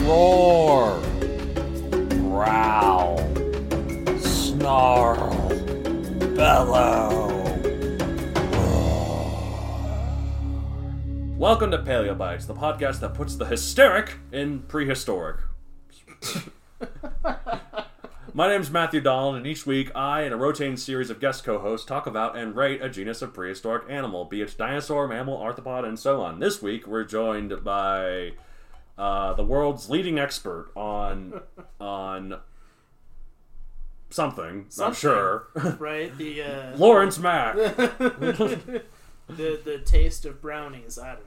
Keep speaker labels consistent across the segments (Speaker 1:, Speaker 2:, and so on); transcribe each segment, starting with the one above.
Speaker 1: Roar. Growl. Snarl. Bellow.
Speaker 2: Welcome to Paleo Bites, the podcast that puts the hysteric in prehistoric. My name's Matthew Dolan, and each week I and a rotating series of guest co hosts talk about and rate a genus of prehistoric animal, be it dinosaur, mammal, arthropod, and so on. This week we're joined by uh, the world's leading expert on on something, I'm
Speaker 3: Something.
Speaker 2: sure.
Speaker 3: right? The uh,
Speaker 2: Lawrence Mack.
Speaker 3: the the taste of brownies. I don't know.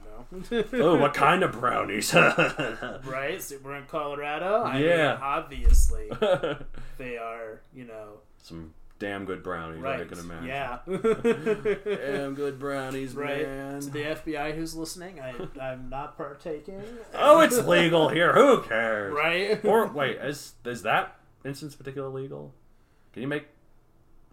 Speaker 2: oh, what kind of brownies?
Speaker 3: right? So we're in Colorado. I
Speaker 2: Yeah.
Speaker 3: mean, obviously they are. You know,
Speaker 2: Some damn good brownies, I
Speaker 3: right?
Speaker 2: can imagine.
Speaker 3: Yeah.
Speaker 4: Damn good brownies,
Speaker 3: right.
Speaker 4: man.
Speaker 3: To the FBI who's listening, I I'm not partaking.
Speaker 2: Oh, it's legal here. Who cares?
Speaker 3: Right? Uh,
Speaker 2: Or wait, is is that instance particular legal? Can you make?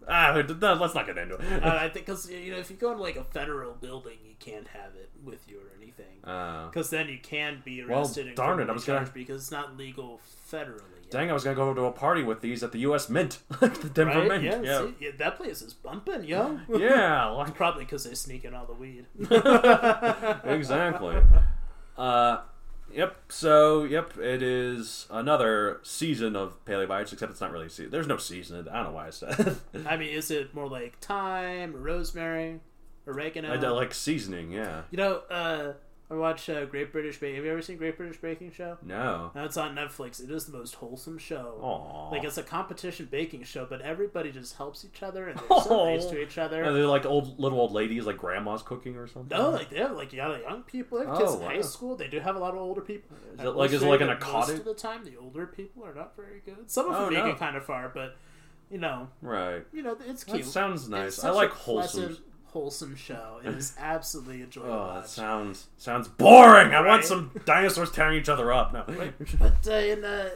Speaker 2: Ah, no, let's not get into it.
Speaker 3: Uh, I think because you know if you go into like a federal building, you can't have it with you or anything.
Speaker 2: Uh,
Speaker 3: Because then you can be
Speaker 2: Well,
Speaker 3: arrested and
Speaker 2: darn it,
Speaker 3: criminally
Speaker 2: I was gonna-
Speaker 3: charged because it's not legal federally. yet.
Speaker 2: dang, I was gonna go to a party with these at the U.S. Mint, the Denver
Speaker 3: Right?
Speaker 2: Mint.
Speaker 3: Yeah,
Speaker 2: yeah,
Speaker 3: see? yeah, that place is bumping, yo.
Speaker 2: yeah, like-
Speaker 3: Probably because they sneak in all the weed.
Speaker 2: exactly. Uh, yep. So, yep, it is another season of Paleobites, except it's not really. Se- There's no season. I don't know why I said.
Speaker 3: I mean, is it more like thyme, rosemary, oregano?
Speaker 2: I d- like seasoning. Yeah.
Speaker 3: You know, uh, I watch uh, Great British Baking. Have you ever seen Great British Baking Show?
Speaker 2: No.
Speaker 3: Now it's on Netflix. It is the most wholesome show.
Speaker 2: Aw.
Speaker 3: Like it's a competition baking show, but everybody just helps each other and they're so nice to each other.
Speaker 2: Are they like old little old ladies, like grandma's cooking or something?
Speaker 3: No, like they have like yeah, the young people. They have
Speaker 2: Oh,
Speaker 3: kids in high
Speaker 2: wow.
Speaker 3: school. They do have a lot of older people.
Speaker 2: Is
Speaker 3: I
Speaker 2: it
Speaker 3: will
Speaker 2: like- is it
Speaker 3: say
Speaker 2: like in
Speaker 3: that
Speaker 2: a
Speaker 3: Most
Speaker 2: cottage?
Speaker 3: of the time, the older people are not very good. Some of
Speaker 2: Oh,
Speaker 3: them make
Speaker 2: no.
Speaker 3: it kind of far, but you know,
Speaker 2: Right.
Speaker 3: you know, it's
Speaker 2: That
Speaker 3: cute.
Speaker 2: sounds
Speaker 3: It's
Speaker 2: nice. I
Speaker 3: such
Speaker 2: like
Speaker 3: a
Speaker 2: wholesome-
Speaker 3: pleasant, wholesome show. It is absolutely enjoyable. to
Speaker 2: Oh, that
Speaker 3: watch.
Speaker 2: sounds sounds boring. I want
Speaker 3: Right?
Speaker 2: some dinosaurs tearing each other up. No,
Speaker 3: but uh, in the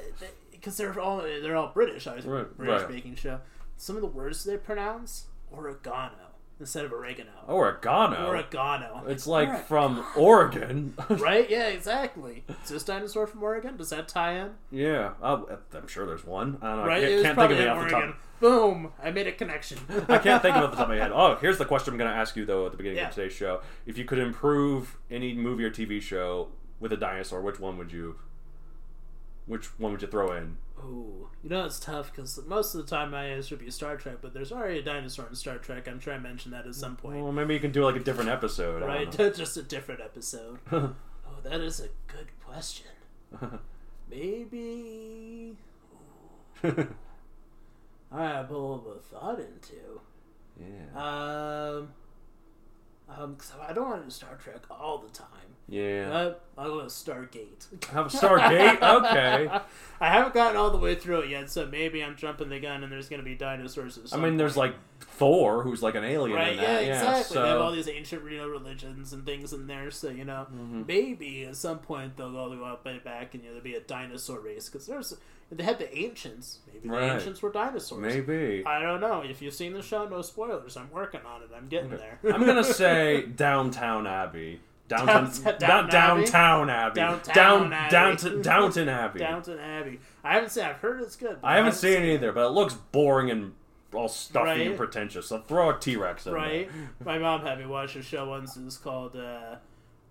Speaker 3: because they're all they're all British. I was
Speaker 2: Right,
Speaker 3: British
Speaker 2: right.
Speaker 3: baking show. Some of the words they pronounce oregano instead of oregano.
Speaker 2: oregano.
Speaker 3: Oregano.
Speaker 2: Oh, it's like from Oregon.
Speaker 3: right? Yeah, exactly. Is this dinosaur from Oregon? Does that tie in?
Speaker 2: yeah, I'll, I'm sure there's one. I don't know.
Speaker 3: Right?
Speaker 2: I
Speaker 3: It
Speaker 2: can't,
Speaker 3: was
Speaker 2: can't
Speaker 3: probably
Speaker 2: think of it
Speaker 3: in
Speaker 2: off the
Speaker 3: Oregon.
Speaker 2: top.
Speaker 3: Boom! I made a connection.
Speaker 2: I can't think of it off the top of my head. Oh, here's the question I'm going to ask you though at the beginning
Speaker 3: Yeah.
Speaker 2: of today's show: If you could improve any movie or TV show with a dinosaur, which one would you? Which one would you throw in?
Speaker 3: Ooh, you know it's tough because most of the time my answer would be Star Trek, but there's already a dinosaur in Star Trek. I'm sure I mentioned that at some point.
Speaker 2: Well, maybe you can do like a different episode. I don't
Speaker 3: right?
Speaker 2: know.
Speaker 3: Just a different episode. oh, that is a good question. Maybe. I have a little thought into.
Speaker 2: Yeah.
Speaker 3: Um, um, 'cause I don't want to do Star Trek all the time.
Speaker 2: Yeah.
Speaker 3: Uh, I'll go with Stargate.
Speaker 2: Have Stargate. Okay.
Speaker 3: I haven't gotten all the way through it yet, so maybe I'm jumping the gun and there's going to be dinosaurs. At
Speaker 2: I
Speaker 3: some
Speaker 2: mean, there's
Speaker 3: point.
Speaker 2: like Thor, who's like an alien.
Speaker 3: right,
Speaker 2: in
Speaker 3: yeah,
Speaker 2: that.
Speaker 3: exactly.
Speaker 2: So...
Speaker 3: They have all these ancient you know, religions and things in there, so you know,
Speaker 2: Mm-hmm.
Speaker 3: maybe at some point they'll go up and back, and you know, there'll be a dinosaur race because there's they had the ancients. Maybe the
Speaker 2: Right.
Speaker 3: ancients were dinosaurs.
Speaker 2: Maybe.
Speaker 3: I don't know. If you've seen the show, no spoilers. I'm working on it. I'm getting there.
Speaker 2: I'm gonna say Downtown Abbey. Downtown,
Speaker 3: Downtown-
Speaker 2: down, downtown Abbey.
Speaker 3: Downtown
Speaker 2: down,
Speaker 3: Abbey.
Speaker 2: Downton, Downton Abbey.
Speaker 3: Downton Abbey. I haven't seen. I've heard it's good. but
Speaker 2: I haven't seen it either, but it looks boring and all stuffy and
Speaker 3: Right.
Speaker 2: pretentious. So throw a T Rex in
Speaker 3: Right.
Speaker 2: there.
Speaker 3: My mom had me watch a show once. It was called uh,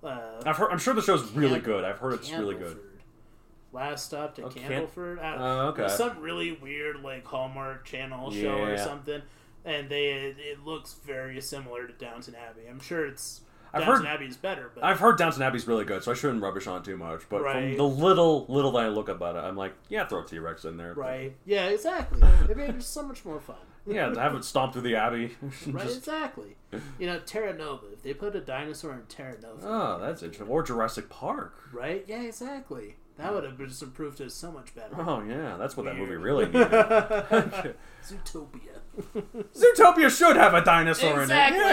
Speaker 3: Uh,
Speaker 2: I've heard, I'm sure the show's really
Speaker 3: Candle-
Speaker 2: good. I've heard it's really good.
Speaker 3: Candleford. Last stop to
Speaker 2: Oh, Can-
Speaker 3: Candleford. I don't-
Speaker 2: Oh, okay.
Speaker 3: there's Some really weird like Hallmark Channel show or
Speaker 2: Yeah.
Speaker 3: something, and they it, it looks very similar to Downton Abbey. I'm sure it's
Speaker 2: I've
Speaker 3: Downton
Speaker 2: heard-
Speaker 3: Abbey is better, but
Speaker 2: I've heard Downton Abbey's really good, so I shouldn't rubbish on it too much. But from
Speaker 3: Right.
Speaker 2: the little little that I look about it, I'm like, yeah, throw T Rex in there.
Speaker 3: right? Yeah, exactly. I mean, it's so much more fun.
Speaker 2: Yeah, have it stomp through the Abbey.
Speaker 3: Right,
Speaker 2: Just-
Speaker 3: exactly. You know, Terra Nova. If they put a dinosaur in Terra Nova,
Speaker 2: oh, that's interesting. Or Jurassic Park.
Speaker 3: right? Yeah, exactly. That would have just improved it so much better.
Speaker 2: Oh yeah, that's what that movie
Speaker 3: Weird.
Speaker 2: really needed.
Speaker 3: Zootopia.
Speaker 2: Zootopia should have a dinosaur
Speaker 3: Exactly.
Speaker 2: in it.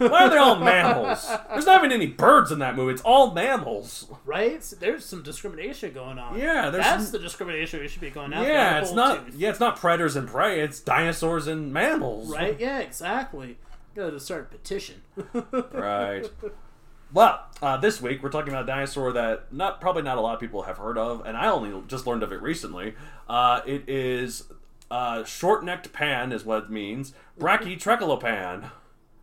Speaker 2: Yeah. Why are they all mammals? There's not even any birds in that movie. It's all mammals.
Speaker 3: Right? So there's some discrimination going on.
Speaker 2: Yeah, there's
Speaker 3: that's
Speaker 2: some-
Speaker 3: the discrimination we should be going after.
Speaker 2: Yeah,
Speaker 3: that
Speaker 2: it's
Speaker 3: bull
Speaker 2: not.
Speaker 3: tooth.
Speaker 2: Yeah, it's not predators and prey. It's dinosaurs and mammals.
Speaker 3: Right? Yeah, exactly. Got to start a petition.
Speaker 2: Right. Well, uh, this week we're talking about a dinosaur that not probably not a lot of people have heard of, and I only just learned of it recently. Uh, it is uh, short-necked pan, is what it means. Brachytrechalopan.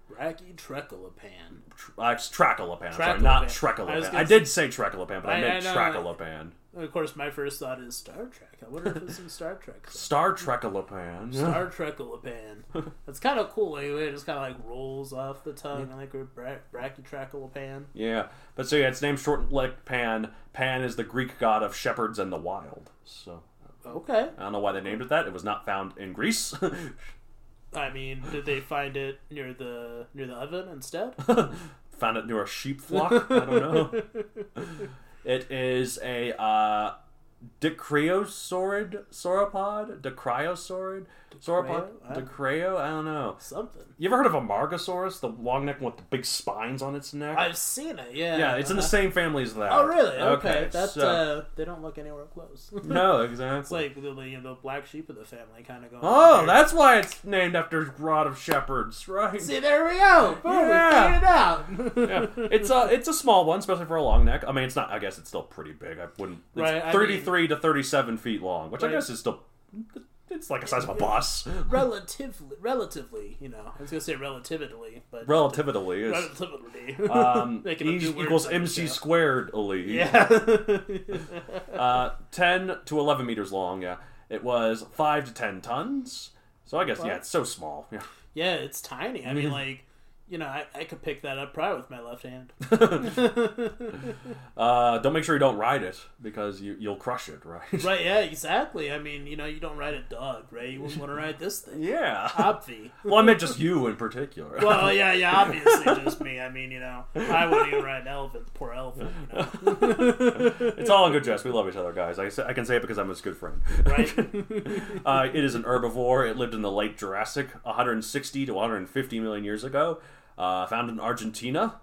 Speaker 3: Bracky Trecolopan.
Speaker 2: Uh, it's Trachalopan, sorry,
Speaker 3: Trachalopan.
Speaker 2: not
Speaker 3: I was
Speaker 2: Trecalopan. I,
Speaker 3: gonna
Speaker 2: did say Trecalopan, but I,
Speaker 3: I-
Speaker 2: meant
Speaker 3: I know, I-
Speaker 2: Trachalopan.
Speaker 3: And of course, my first thought is Star Trek. I wonder if it's in Star Trek.
Speaker 2: Star Trekalopan.
Speaker 3: Star Trecolopan. That's kind of cool anyway. It just kind of like rolls off the tongue. I like bra- Bracky Trecolopan.
Speaker 2: Yeah, but so yeah, its name's short-necked Pan. Pan is the Greek god of shepherds and the wild. So
Speaker 3: Okay.
Speaker 2: I don't know why they named it that. It was not found in Greece.
Speaker 3: I mean, did they find it near the near the oven instead?
Speaker 2: found it near a sheep flock. I don't know. It is a uh, Dicryosaurid sauropod, Dicriosaurid sauropod,
Speaker 3: Dicryo?
Speaker 2: Dicryo. I don't know.
Speaker 3: Something.
Speaker 2: You ever heard of a Margosaurus, the long neck one with the big spines on its neck?
Speaker 3: I've seen it. Yeah.
Speaker 2: yeah, it's in the same family as that.
Speaker 3: Oh really? Okay, that's
Speaker 2: so-
Speaker 3: uh, they don't look anywhere close. it's
Speaker 2: no, exactly.
Speaker 3: like the the, the black sheep of the family kind of going. on
Speaker 2: oh,
Speaker 3: here.
Speaker 2: that's why it's named after Rod of Shepherds, right?
Speaker 3: See, there we go. Boom,
Speaker 2: Yeah.
Speaker 3: we figured it out.
Speaker 2: yeah, it's a it's a small one, especially for a long neck. I mean, it's not. I guess it's still pretty big. I wouldn't. It's
Speaker 3: Right, I
Speaker 2: Thirty three to thirty seven feet long, which I guess is still. It's like the size of a bus.
Speaker 3: relatively, relatively, you know, I was gonna say relatively, but
Speaker 2: Relatively is
Speaker 3: relatively.
Speaker 2: um,
Speaker 3: Making up
Speaker 2: E
Speaker 3: new words
Speaker 2: equals
Speaker 3: on the
Speaker 2: mc
Speaker 3: show.
Speaker 2: squared. Yeah. Uh, ten to eleven meters long. Yeah, it was five to ten tons. So I guess yeah, it's so small. Yeah.
Speaker 3: yeah, it's tiny. I mean, like, you know, I, I could pick that up probably with my left hand.
Speaker 2: Uh, don't make sure you don't ride it because you you'll crush it, right?
Speaker 3: right? Yeah, exactly. I mean, you know, you don't ride a dog, right? You wouldn't want to ride this thing.
Speaker 2: Yeah.
Speaker 3: Obvi.
Speaker 2: Well, I meant just you in particular.
Speaker 3: Well, yeah, yeah, obviously just me. I mean, you know, I wouldn't even ride an elephant, poor elephant, you know,
Speaker 2: It's all in good jest. We love each other, guys. I, say- I can say it because I'm his good friend.
Speaker 3: right?
Speaker 2: Uh, it is an herbivore. It lived in the late Jurassic, 160 to 150 million years ago. Uh, found in Argentina.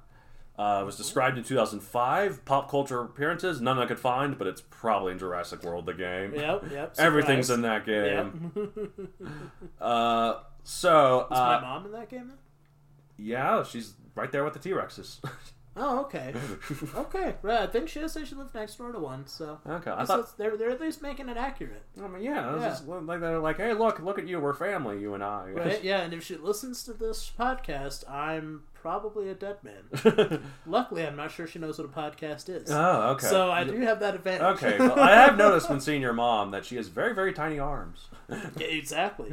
Speaker 2: Uh, was described in 2005. Pop culture appearances, none I could find, but it's probably in Jurassic World, the game.
Speaker 3: Yep, yep.
Speaker 2: Everything's in
Speaker 3: surprise.
Speaker 2: that game. uh, so,
Speaker 3: Is my
Speaker 2: uh,
Speaker 3: mom in that game? Then?
Speaker 2: yeah, she's right there with the T Rexes.
Speaker 3: Oh, okay. okay. Right. I think she did say she lived next door to one, so.
Speaker 2: Okay, I
Speaker 3: I guess
Speaker 2: thought-
Speaker 3: that's- they're, they're at least making it accurate.
Speaker 2: I mean, yeah, it's
Speaker 3: Yeah.
Speaker 2: just like they're like, hey, look, look at you, we're family, you and I.
Speaker 3: Right? Yeah, and if she listens to this podcast, I'm probably a dead man. Luckily, I'm not sure she knows what a podcast is.
Speaker 2: Oh, okay.
Speaker 3: So I do have that advantage.
Speaker 2: Okay, well, I have noticed when seeing your mom that she has very, very tiny arms.
Speaker 3: Yeah, exactly.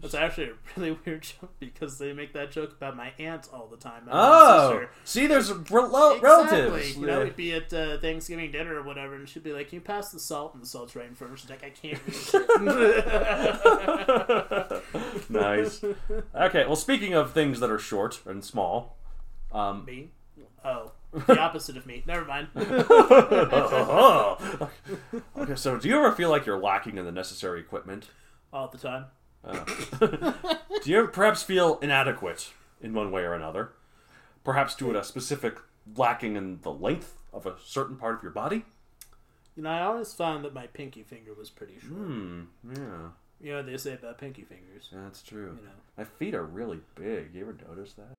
Speaker 3: That's actually a really weird joke because they make that joke about my aunt all the time. my mom's
Speaker 2: Oh,
Speaker 3: sister.
Speaker 2: see, there's rel- relatives.
Speaker 3: Exactly. You know,
Speaker 2: Yeah.
Speaker 3: we'd be at uh, Thanksgiving dinner or whatever, and she'd be like, "Can you pass the salt?" And the salt's right in front of her. She's like, "I can't reach it."
Speaker 2: nice. Okay, well, speaking of things that are short and small, um,
Speaker 3: me? Oh, the opposite of me. Never mind.
Speaker 2: oh, okay. So, do you ever feel like you're lacking in the necessary equipment?
Speaker 3: all the time.
Speaker 2: Do you ever perhaps feel inadequate in one way or another? Perhaps due to a specific lacking in the length of a certain part of your body?
Speaker 3: You know, I always found that my pinky finger was pretty short.
Speaker 2: Hmm. Yeah,
Speaker 3: You know what they say about pinky fingers.
Speaker 2: that's true.
Speaker 3: You know.
Speaker 2: My feet are really big. You ever notice that?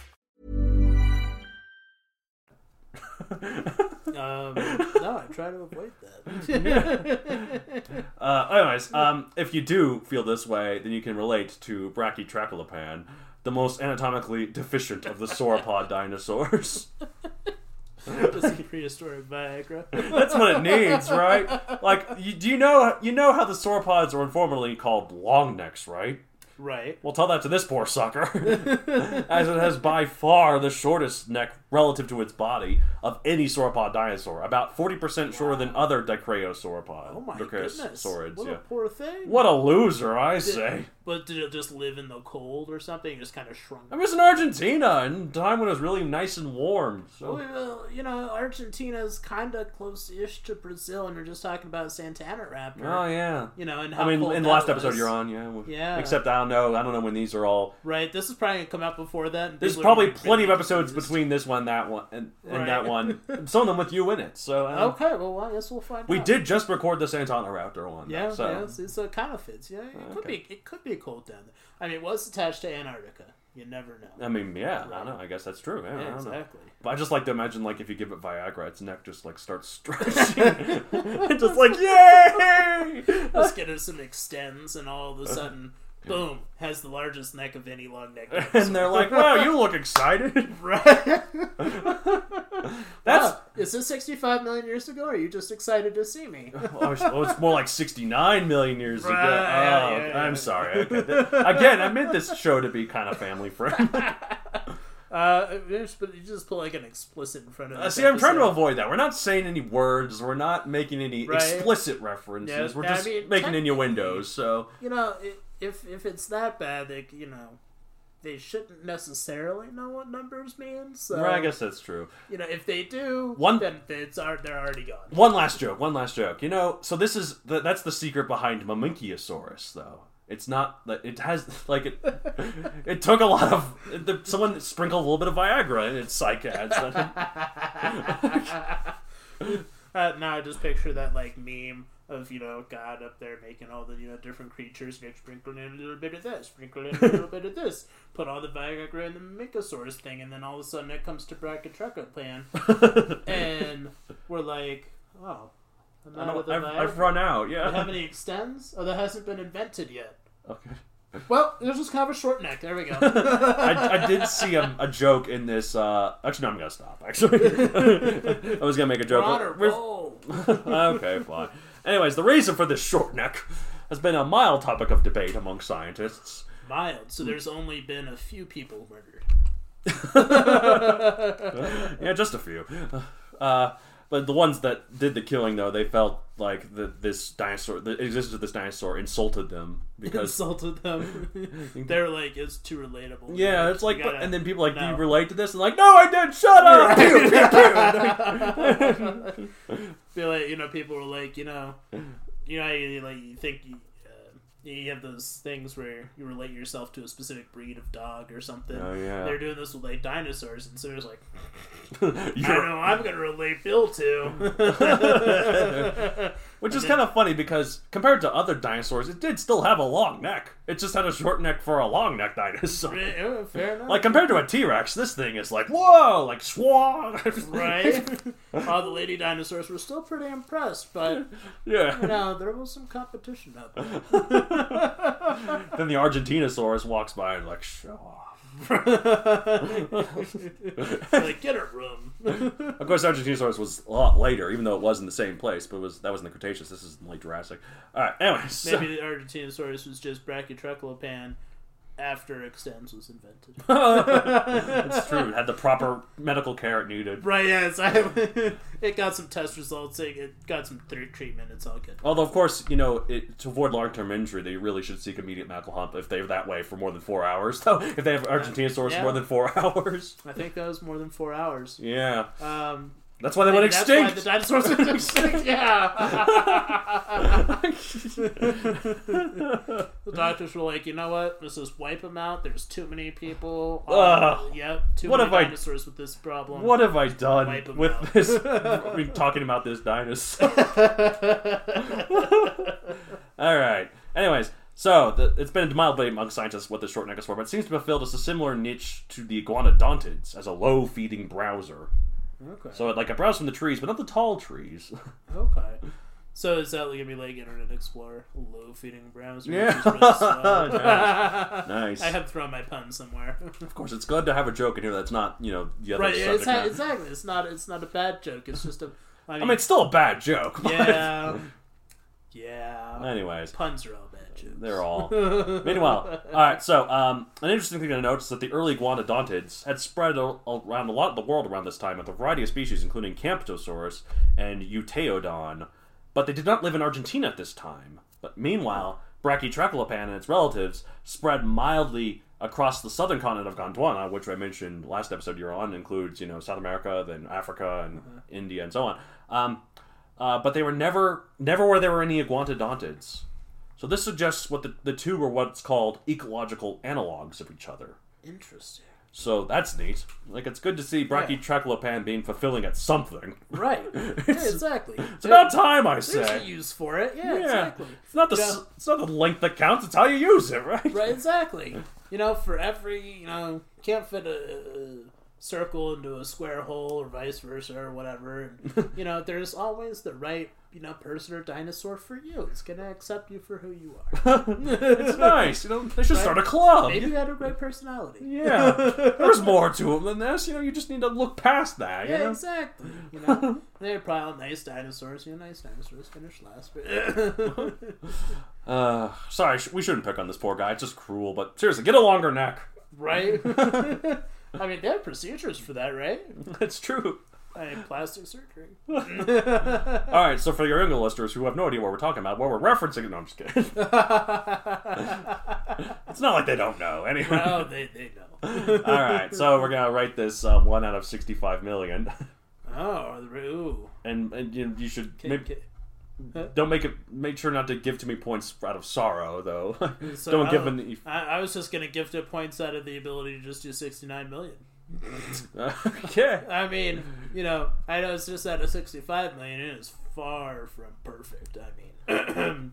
Speaker 3: Um, no, I try to avoid that.
Speaker 2: Uh, anyways, um, if you do feel this way, then you can relate to Brachytracholopan, the most anatomically deficient of the sauropod dinosaurs.
Speaker 3: Just a prehistoric Viagra.
Speaker 2: That's what it needs, right? Like, you, do you know you know how the sauropods are informally called long necks, right?
Speaker 3: Right.
Speaker 2: Well, tell that to this poor sucker, as it has by far the shortest neck relative to its body of any sauropod dinosaur, about forty percent shorter than other dicraeosauropods.
Speaker 3: Oh my goodness. what a poor thing.
Speaker 2: What a loser, I say.
Speaker 3: But did it just live in the cold or something? It just kind of shrunk.
Speaker 2: I was in Argentina in a time when it was really nice and warm.
Speaker 3: Oh,
Speaker 2: So
Speaker 3: Well, you know, Argentina's kind of close-ish to Brazil, and you're just talking about Santana Raptor.
Speaker 2: Oh yeah.
Speaker 3: You know, and how
Speaker 2: I mean,
Speaker 3: cold
Speaker 2: in the
Speaker 3: that
Speaker 2: last episode
Speaker 3: was.
Speaker 2: you're on, yeah. well,
Speaker 3: Yeah.
Speaker 2: Except I don't know. I don't know when these are all.
Speaker 3: Right, this is probably gonna come out before that. and
Speaker 2: There's
Speaker 3: people are
Speaker 2: probably
Speaker 3: gonna be
Speaker 2: plenty of
Speaker 3: really
Speaker 2: episodes
Speaker 3: confused.
Speaker 2: between this one, that one, and, and that
Speaker 3: Right.
Speaker 2: one. Some of them with you in it. So I don't-
Speaker 3: Okay, well, I guess we'll find.
Speaker 2: We
Speaker 3: out.
Speaker 2: did just record the Santana Raptor one. though,
Speaker 3: Yeah,
Speaker 2: so.
Speaker 3: yeah. So, so it kind of fits. Yeah, it could be. It could be cold down there. I mean, it was attached to Antarctica. You never know.
Speaker 2: I mean, yeah, I don't know. I guess that's true. Yeah, I
Speaker 3: yeah,
Speaker 2: don't know.
Speaker 3: exactly.
Speaker 2: But I just like to imagine, like, if you give it Viagra, its neck just like starts stretching, It's just like yay!
Speaker 3: Let's get her some extends, and all of a sudden, boom, has the largest neck of any long neck. dinosaur.
Speaker 2: And they're like, "Wow, you look excited!"
Speaker 3: right.
Speaker 2: That's
Speaker 3: Oh, is this 65 million years ago, or are you just excited to see me?
Speaker 2: oh, it's, oh, it's more like 69 million years ago.
Speaker 3: Right,
Speaker 2: Oh,
Speaker 3: yeah, yeah,
Speaker 2: I'm
Speaker 3: yeah.
Speaker 2: sorry. Okay. Th- Again, I meant this show to be kind of family friendly.
Speaker 3: Uh, it's- but you just put like an explicit in front of
Speaker 2: Uh,
Speaker 3: it.
Speaker 2: See, I'm trying to avoid that. We're not saying any words. We're not making any
Speaker 3: Right.
Speaker 2: explicit references.
Speaker 3: Yeah,
Speaker 2: We're
Speaker 3: I
Speaker 2: just
Speaker 3: mean,
Speaker 2: making
Speaker 3: technically-
Speaker 2: innuendos. So
Speaker 3: You know, i if if it's that bad, they you know, they shouldn't necessarily know what numbers mean. So
Speaker 2: Right, I guess that's true.
Speaker 3: you know if they do,
Speaker 2: One-
Speaker 3: then it's are they're already gone.
Speaker 2: One last joke. One last joke. You know, so this is the, that's the secret behind Maminkiosaurus, though. It's not that it has like it. It took a lot of the, someone sprinkled a little bit of Viagra in its psychads.
Speaker 3: Uh, now I just picture that like meme of you know God up there making all the you know different creatures and sprinkling in a little bit of this, sprinkling in a little bit of this, put all the Viagra in the Mycosaurus thing, and then all of a sudden it comes to Brachytracha plan, and we're like, oh, I'm
Speaker 2: I
Speaker 3: out
Speaker 2: don't-
Speaker 3: of the
Speaker 2: I've,
Speaker 3: Viagra.
Speaker 2: I've run out.
Speaker 3: Do you
Speaker 2: Yeah.
Speaker 3: have any extends? Oh, that hasn't been invented yet.
Speaker 2: Okay.
Speaker 3: Well, there's just kind of a short neck. There we go.
Speaker 2: I, I did see a, a joke in this. Uh, actually, no, I'm gonna stop. Actually, I was gonna make a joke.
Speaker 3: Water
Speaker 2: We're-
Speaker 3: roll.
Speaker 2: okay, fine. Anyways, the reason for this short neck has been a mild topic of debate among scientists.
Speaker 3: Mild. So there's only been a few people murdered.
Speaker 2: Yeah, just a few. Uh, but the ones that did the killing, though, they felt like the, this dinosaur, the existence of this dinosaur, insulted them because.
Speaker 3: Insulted them. They're like, it's too relatable.
Speaker 2: yeah, it's like,
Speaker 3: you
Speaker 2: but,
Speaker 3: gotta-
Speaker 2: and then people are like, do you
Speaker 3: no.
Speaker 2: relate to this? And like, no, I did. Shut up. Pew, pew,
Speaker 3: feel like you know people were like you know you know how you, like you think you, uh, you have those things where you relate yourself to a specific breed of dog or something
Speaker 2: Oh, yeah.
Speaker 3: they're doing this with like dinosaurs and so it's like
Speaker 2: pew.
Speaker 3: i know i'm gonna relate bill to
Speaker 2: Which is kind of funny because compared to other dinosaurs, it did still have a long neck. It just had a short neck for a long neck dinosaur.
Speaker 3: Yeah, Eh, oh, fair enough
Speaker 2: Like compared to a T Rex, this thing is like whoa, like swag.
Speaker 3: right all the lady dinosaurs were still pretty impressed but
Speaker 2: yeah.
Speaker 3: no there was some competition out there
Speaker 2: Then the Argentinosaurus walks by and like show off.
Speaker 3: like, get a room.
Speaker 2: Of course, Argentinosaurus was a lot later, even though it was in the same place, but it was that was in the Cretaceous. This is in, like Jurassic. All right, anyways. so-
Speaker 3: Maybe the Argentinosaurus was just Brachytrechalopan after extends was invented.
Speaker 2: It's true. It had the proper medical care it needed.
Speaker 3: right, yes. I, it got some test results. It, it got some third treatment. It's all good.
Speaker 2: Although, of course, you know, it, to avoid long-term injury, they really should seek immediate medical help if they're that way for more than four hours. So, if they have Argentinosaurus
Speaker 3: Yeah.
Speaker 2: more than four hours,
Speaker 3: I think that was more than four hours.
Speaker 2: yeah,
Speaker 3: Um,
Speaker 2: that's why they went
Speaker 3: maybe that's why
Speaker 2: extinct.
Speaker 3: the dinosaurs went extinct. Yeah. the doctors were like, you know what? Let's just wipe them out. There's too many people. Um,
Speaker 2: Ugh.
Speaker 3: yep. Too
Speaker 2: What
Speaker 3: many
Speaker 2: have I-
Speaker 3: dinosaurs with this problem.
Speaker 2: What have I done
Speaker 3: Wipe 'em
Speaker 2: with
Speaker 3: out.
Speaker 2: this? we talking about this dinosaur. All right. Anyways, so the, it's been mildly among scientists what this short neck is for, but it seems to have filled as a similar niche to the iguanodontids as a low-feeding browser.
Speaker 3: Okay.
Speaker 2: So it like it browses from the trees, but not the tall trees.
Speaker 3: Okay. So is that gonna be like Internet Explorer, low feeding browser?
Speaker 2: Yeah.
Speaker 3: Yeah. Which is really slow?
Speaker 2: nice.
Speaker 3: I have thrown my pun somewhere.
Speaker 2: Of course, it's good to have a joke in here that's not you know the other
Speaker 3: right.
Speaker 2: subject
Speaker 3: It's
Speaker 2: matter.
Speaker 3: not, exactly. It's not. It's not a bad joke. It's just a. I
Speaker 2: I
Speaker 3: mean,
Speaker 2: mean, it's still a bad joke. but-
Speaker 3: yeah. yeah.
Speaker 2: Anyways,
Speaker 3: Puns are all bad jokes.
Speaker 2: They're all. Meanwhile, all right. So, um, an interesting thing to note is that the early iguanodontids had spread a- around a lot of the world around this time with a variety of species, including Camptosaurus and Euteodon, but they did not live in Argentina at this time. But meanwhile, Brachytrachalopan and its relatives spread mildly across the southern continent of Gondwana, which I mentioned last episode you were on, includes you know South America, then Africa, and India, and so on. Um, uh, but they were never, never were there any iguanodontids. So this suggests what the, the two were what's called ecological analogs of each other.
Speaker 3: Interesting.
Speaker 2: So that's neat. Like it's good to see Brachytrachalopan being fulfilling at something.
Speaker 3: Right. Yeah, exactly.
Speaker 2: It's about time, I
Speaker 3: There's a
Speaker 2: say.
Speaker 3: use for it. Yeah. Exactly.
Speaker 2: It's not the
Speaker 3: Yeah.
Speaker 2: s it's not the length that counts. It's how you use it, right?
Speaker 3: Right, exactly. You know, for every, you know, can't fit a, a circle into a square hole or vice versa or whatever. you know, there's always the right, you know, person or dinosaur for you. It's going to accept you for who you are.
Speaker 2: It's nice. You know, they should start a club.
Speaker 3: Maybe you had a great personality.
Speaker 2: Yeah, there's more to them than this. You know, you just need to look past that. You
Speaker 3: Yeah,
Speaker 2: know?
Speaker 3: exactly. You know, they're probably all nice dinosaurs. You know, nice dinosaurs finish last. But
Speaker 2: uh, sorry, sh- we shouldn't pick on this poor guy. It's just cruel. But seriously, get a longer neck.
Speaker 3: right? I mean, they have procedures for that, right?
Speaker 2: It's true.
Speaker 3: I mean, plastic surgery.
Speaker 2: All right, so for your younger listeners who have no idea what we're talking about, what we're referencing, no, I'm just kidding. it's not like they don't know. Anyway,
Speaker 3: Oh, they, they know.
Speaker 2: all right, so we're gonna rate this uh, one out of sixty-five million,
Speaker 3: Oh, the, ooh.
Speaker 2: and, and you, you should
Speaker 3: Can-
Speaker 2: maybe,
Speaker 3: can-
Speaker 2: don't make it. Make sure not to give too many points out of sorrow, though.
Speaker 3: So,
Speaker 2: don't give e-
Speaker 3: oh,
Speaker 2: any.
Speaker 3: I, I was just gonna gift it points out of the ability to just do sixty nine million.
Speaker 2: yeah,
Speaker 3: I mean, you know, I know it's just out of sixty five million. It is far from perfect. I mean,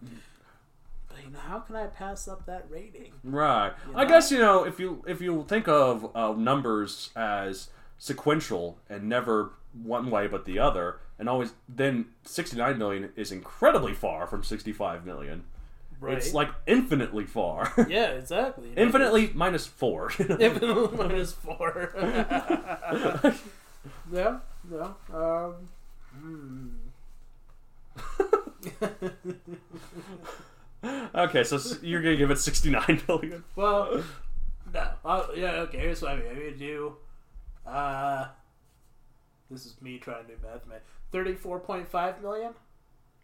Speaker 3: but you know, how can I pass up that rating?
Speaker 2: right. I guess you know if you if you think of uh, numbers as sequential and never one way but the other, and always then sixty-nine million is incredibly far from sixty-five million.
Speaker 3: Right?
Speaker 2: It's like infinitely far.
Speaker 3: yeah, exactly.
Speaker 2: infinitely minus four.
Speaker 3: Infinite minus four. yeah, yeah. Um,
Speaker 2: okay, so s- you're gonna give it sixty-nine million.
Speaker 3: well, no. I'll, yeah, okay. Here's what I mean. I'm gonna do. Uh, this is me trying to do math. Man, thirty-four point five million.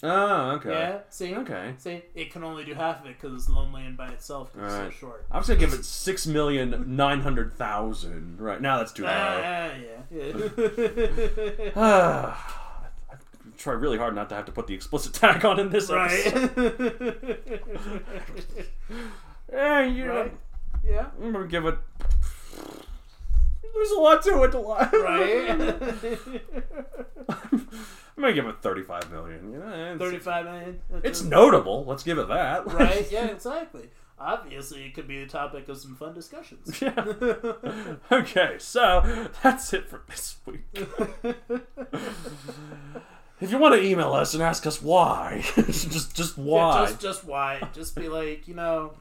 Speaker 2: Oh, okay.
Speaker 3: Yeah. See.
Speaker 2: Okay.
Speaker 3: See, it can only do half of it because it's lonely and by itself. 'cause
Speaker 2: All right.
Speaker 3: It's so short.
Speaker 2: I was gonna give it six million nine hundred thousand. Right now, that's too high.
Speaker 3: Ah, yeah. yeah. Ah.
Speaker 2: Try really hard not to have to put the explicit tag on in this episode.
Speaker 3: right.
Speaker 2: Yeah, you know,
Speaker 3: right. Yeah.
Speaker 2: I'm gonna give it. There's a lot to it to lie.
Speaker 3: Right.
Speaker 2: I'm gonna give it thirty-five million. You know, it's-
Speaker 3: Thirty-five million. That's
Speaker 2: It's
Speaker 3: a-
Speaker 2: notable. Let's give it that.
Speaker 3: Right. Yeah. Exactly. Obviously, it could be the topic of some fun discussions.
Speaker 2: Yeah. okay, so that's it for this week. if you want to email us and ask us why, just just
Speaker 3: Yeah,
Speaker 2: why.
Speaker 3: Just, just why? Just be like, you know,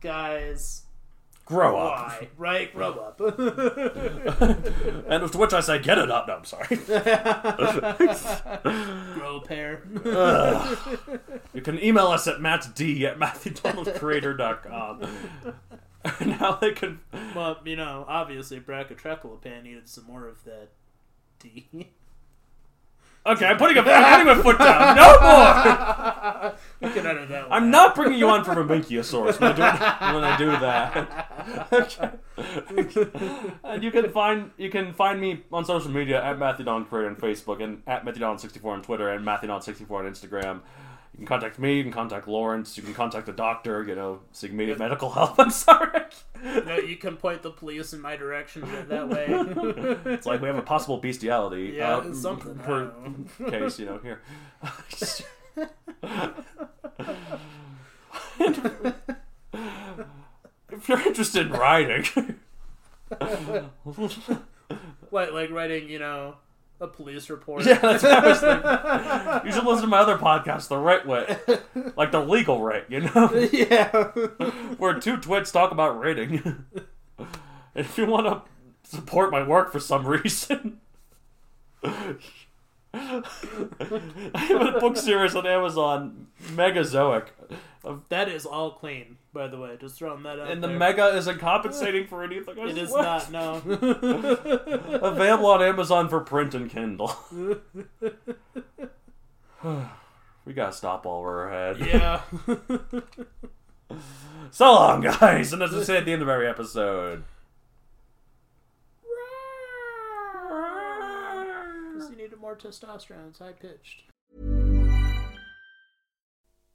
Speaker 3: guys.
Speaker 2: Grow up.
Speaker 3: Why? Right? Grow up.
Speaker 2: And to which I say, get it up. No, I'm sorry.
Speaker 3: Grow pair.
Speaker 2: You can email us at mattsd at matthewdonaldcreator.com. now they can.
Speaker 3: well, you know, obviously Brachytracholopan needed some more of that D.
Speaker 2: Okay, I'm putting, a, I'm putting my foot down. No more!
Speaker 3: You Get out of that one.
Speaker 2: I'm not bringing you on for Maminkiosaurus when I do, when I do that. Okay. and you can find you can find me on social media at Matthewdon Creator on Facebook and at Matthewdon64 on Twitter and Matthewdon64 on Instagram. You can contact me, you can contact Lawrence, you can contact the doctor, you know, seek immediate medical help. I'm sorry.
Speaker 3: No, you can point the police in my direction that- that way.
Speaker 2: It's like we have a possible bestiality
Speaker 3: Yeah,
Speaker 2: uh,
Speaker 3: something. I
Speaker 2: per
Speaker 3: don't
Speaker 2: case, you know, here. if you're interested in riding,
Speaker 3: Like, like writing, you know, a police report.
Speaker 2: yeah, that's what I was thinking. You should listen to my other podcast, The Right Way, like the legal right, you know,
Speaker 3: yeah.
Speaker 2: where two twits talk about rating. And if you want to support my work for some reason. I have a book series on Amazon, Megazoic.
Speaker 3: That is all clean, by the way. Just throwing that out
Speaker 2: And the
Speaker 3: there.
Speaker 2: mega isn't compensating for anything. I
Speaker 3: It is
Speaker 2: swear.
Speaker 3: not, no.
Speaker 2: available on Amazon for print and Kindle. we gotta stop while we're ahead.
Speaker 3: yeah.
Speaker 2: So long, guys, and as I say at the end of every episode.
Speaker 3: you needed more testosterone. It's high pitched.